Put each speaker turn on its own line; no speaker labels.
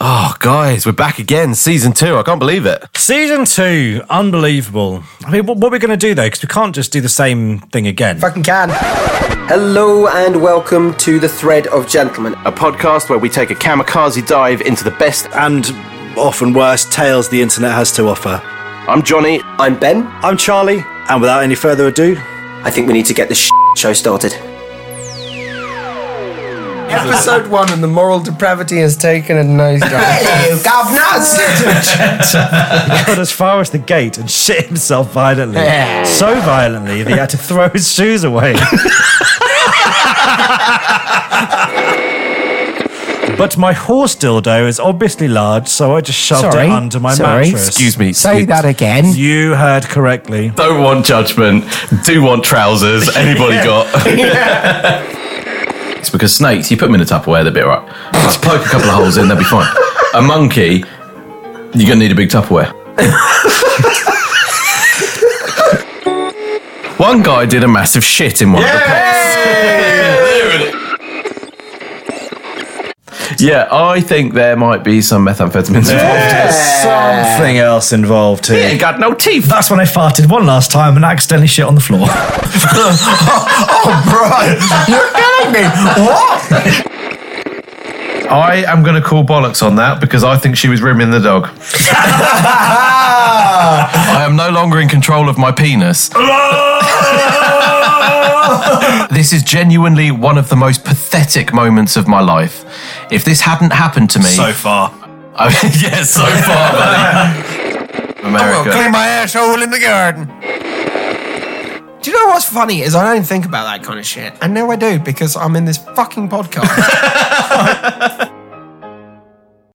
Oh, guys, we're back again, season two. I can't believe it.
Season two, unbelievable. I mean, what, what are we going to do though? Because we can't just do the same thing again.
Fucking can. Hello and welcome to the Thread of Gentlemen.
A podcast where we take a kamikaze dive into the best.
and often worse tales the internet has to offer.
I'm Johnny.
I'm Ben.
I'm Charlie, and without any further ado,
I think we need to get this show started.
Episode one, and the moral depravity has taken a nosedive.
Hello, governors.
got as far as the gate and shit himself violently. so violently that he had to throw his shoes away. but my horse dildo is obviously large, so I just shoved
Sorry.
it under my
Sorry.
mattress.
Excuse me.
Say that again.
You heard correctly.
Don't want judgment. Do want trousers. Anybody got? it's because snakes. You put them in a Tupperware, they'll be all right. Just poke a couple of holes in, they'll be fine. A monkey, you're gonna need a big Tupperware. one guy did a massive shit in one of the pots. Yeah, I think there might be some methamphetamines involved.
Something else involved here.
Ain't got no teeth.
That's when I farted one last time and accidentally shit on the floor.
I am going to call bollocks on that because I think she was rimming the dog. I am no longer in control of my penis. this is genuinely one of the most pathetic moments of my life. If this hadn't happened to me,
so far.
I mean, yeah, so far, buddy. America.
my asshole in the garden. Do you know what's funny is I don't think about that kind of shit. And now I do because I'm in this fucking podcast.